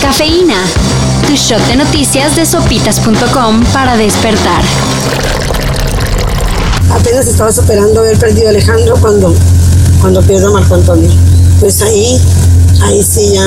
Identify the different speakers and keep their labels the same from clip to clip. Speaker 1: Cafeína. Tu shot de noticias de sopitas.com para despertar.
Speaker 2: Apenas estaba superando haber perdido a Alejandro cuando, cuando pierdo a Marco Antonio. Pues ahí, ahí sí ya.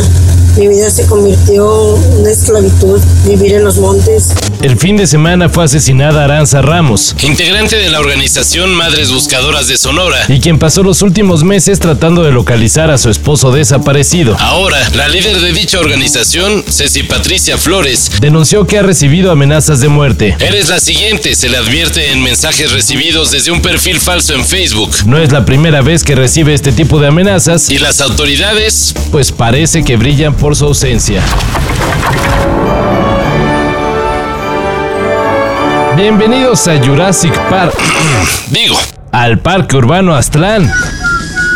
Speaker 2: Mi vida se convirtió en una esclavitud, vivir en los montes.
Speaker 3: El fin de semana fue asesinada Aranza Ramos, integrante de la organización Madres Buscadoras de Sonora, y quien pasó los últimos meses tratando de localizar a su esposo desaparecido. Ahora, la líder de dicha organización, Ceci Patricia Flores, denunció que ha recibido amenazas de muerte. Eres la siguiente, se le advierte en mensajes recibidos desde un perfil falso en Facebook. No es la primera vez que recibe este tipo de amenazas, y las autoridades, pues parece que brillan por su ausencia. Bienvenidos a Jurassic Park. Digo, al Parque Urbano Aztlán.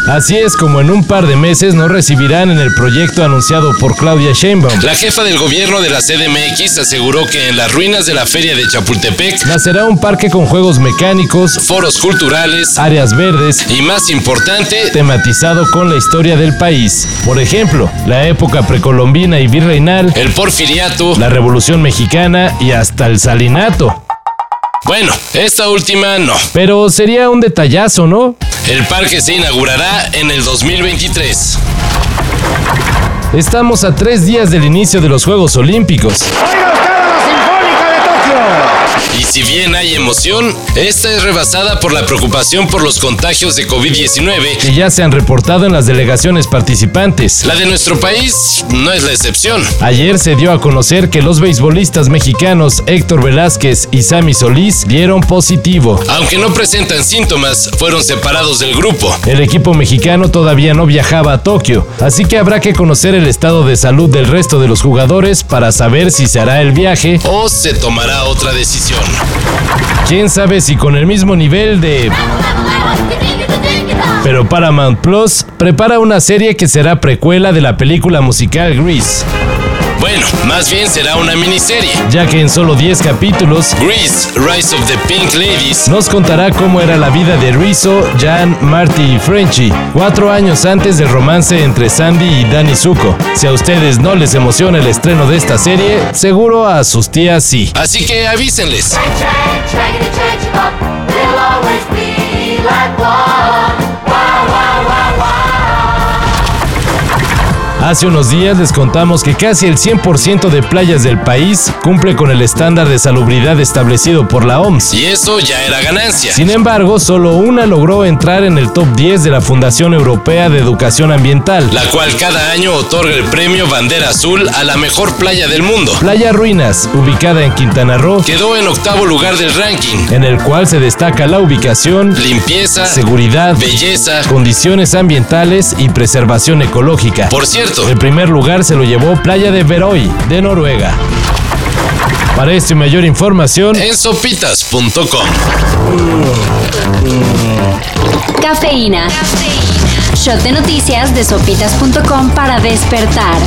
Speaker 3: Así es como en un par de meses no recibirán en el proyecto anunciado por Claudia Sheinbaum. La jefa del gobierno de la CDMX aseguró que en las ruinas de la feria de Chapultepec nacerá un parque con juegos mecánicos, foros culturales, áreas verdes y más importante, tematizado con la historia del país. Por ejemplo, la época precolombina y virreinal, el porfiriato, la Revolución Mexicana y hasta el salinato. Bueno, esta última no. Pero sería un detallazo, ¿no? El parque se inaugurará en el 2023. Estamos a tres días del inicio de los Juegos Olímpicos. Y si bien hay emoción, esta es rebasada por la preocupación por los contagios de COVID-19 que ya se han reportado en las delegaciones participantes. La de nuestro país no es la excepción. Ayer se dio a conocer que los beisbolistas mexicanos Héctor Velázquez y Sammy Solís dieron positivo. Aunque no presentan síntomas, fueron separados del grupo. El equipo mexicano todavía no viajaba a Tokio, así que habrá que conocer el estado de salud del resto de los jugadores para saber si se hará el viaje o se tomará otra decisión. ¿Quién sabe si con el mismo nivel de... Pero Paramount Plus prepara una serie que será precuela de la película musical Grease. Bueno, más bien será una miniserie, ya que en solo 10 capítulos, Grease, Rise of the Pink Ladies, nos contará cómo era la vida de Rizzo, Jan, Marty y Frenchy, cuatro años antes del romance entre Sandy y Danny Zuko. Si a ustedes no les emociona el estreno de esta serie, seguro a sus tías sí. Así que avísenles.
Speaker 4: Change, change, change it, change it up. We'll always be like one. Wow, wow, wow, wow.
Speaker 3: Hace unos días les contamos que casi el 100% de playas del país cumple con el estándar de salubridad establecido por la OMS. Y eso ya era ganancia. Sin embargo, solo una logró entrar en el top 10 de la Fundación Europea de Educación Ambiental, la cual cada año otorga el premio Bandera Azul a la mejor playa del mundo. Playa Ruinas, ubicada en Quintana Roo, quedó en octavo lugar del ranking, en el cual se destaca la ubicación, limpieza, seguridad, belleza, condiciones ambientales y preservación ecológica. Por cierto, el primer lugar se lo llevó Playa de Veroy, de Noruega. Para esta y mayor información en sopitas.com.
Speaker 1: Cafeína. Shot de noticias de sopitas.com para despertar.